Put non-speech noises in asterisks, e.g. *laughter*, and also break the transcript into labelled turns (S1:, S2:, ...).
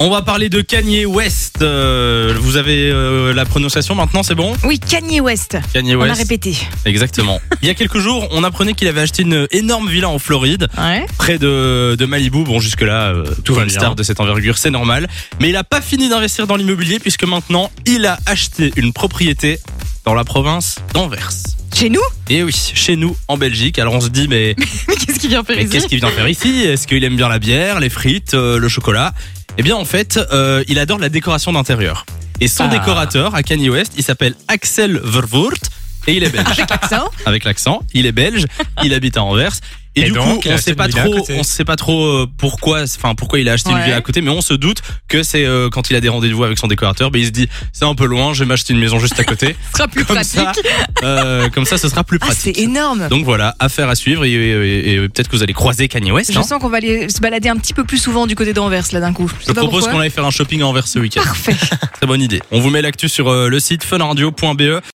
S1: On va parler de Kanye West. Euh, vous avez euh, la prononciation maintenant, c'est bon
S2: Oui, Kanye West.
S1: Kanye
S2: On a
S1: West.
S2: répété.
S1: Exactement. Il y a quelques jours, on apprenait qu'il avait acheté une énorme villa en Floride,
S2: Ouais.
S1: près de, de Malibu. Bon, jusque-là, euh,
S3: Tout
S1: pour
S3: va
S1: une
S3: bien.
S1: star de cette envergure, c'est normal. Mais il n'a pas fini d'investir dans l'immobilier puisque maintenant, il a acheté une propriété dans la province d'Anvers.
S2: Chez nous
S1: Et oui, chez nous, en Belgique. Alors on se dit, mais
S2: Mais qu'est-ce qu'il vient faire
S1: Mais
S2: ici
S1: qu'est-ce qu'il vient faire ici Est-ce qu'il aime bien la bière, les frites, euh, le chocolat Eh bien, en fait, euh, il adore la décoration d'intérieur. Et son
S3: Ah.
S1: décorateur à Kanye West, il s'appelle Axel Verwoerd et il est
S2: *laughs*
S1: belge.
S2: Ça
S1: Avec l'accent, il est belge, il habite à Anvers. Et,
S3: Et
S1: du
S3: donc,
S1: coup,
S3: il a
S1: on
S3: acheté
S1: sait
S3: une
S1: pas
S3: villa à
S1: trop,
S3: côté.
S1: on sait pas trop euh, pourquoi, enfin pourquoi il a acheté une
S2: Ouais.
S1: villa à côté, mais on se doute que c'est euh, quand il a des rendez-vous avec son décorateur, ben il se dit c'est un peu loin, je vais m'acheter une maison juste à côté,
S2: Ce sera plus
S1: comme
S2: pratique.
S1: ça, euh, comme ça, ce sera plus
S2: ah,
S1: pratique.
S2: c'est énorme.
S1: *laughs* Donc voilà, affaire à suivre et, et- et- et peut-être que vous allez croiser Kanye West.
S2: Je
S1: hein.
S2: sens qu'on va aller se balader un petit peu plus souvent du côté d'Anvers là d'un coup. sais
S1: Je
S2: pas
S1: propose *laughs*
S2: pourquoi.
S1: qu'on aille faire un shopping à Anvers ce week-end.
S2: Parfait.
S1: Très bonne idée. On vous met l'actu sur euh, le site funradio.be.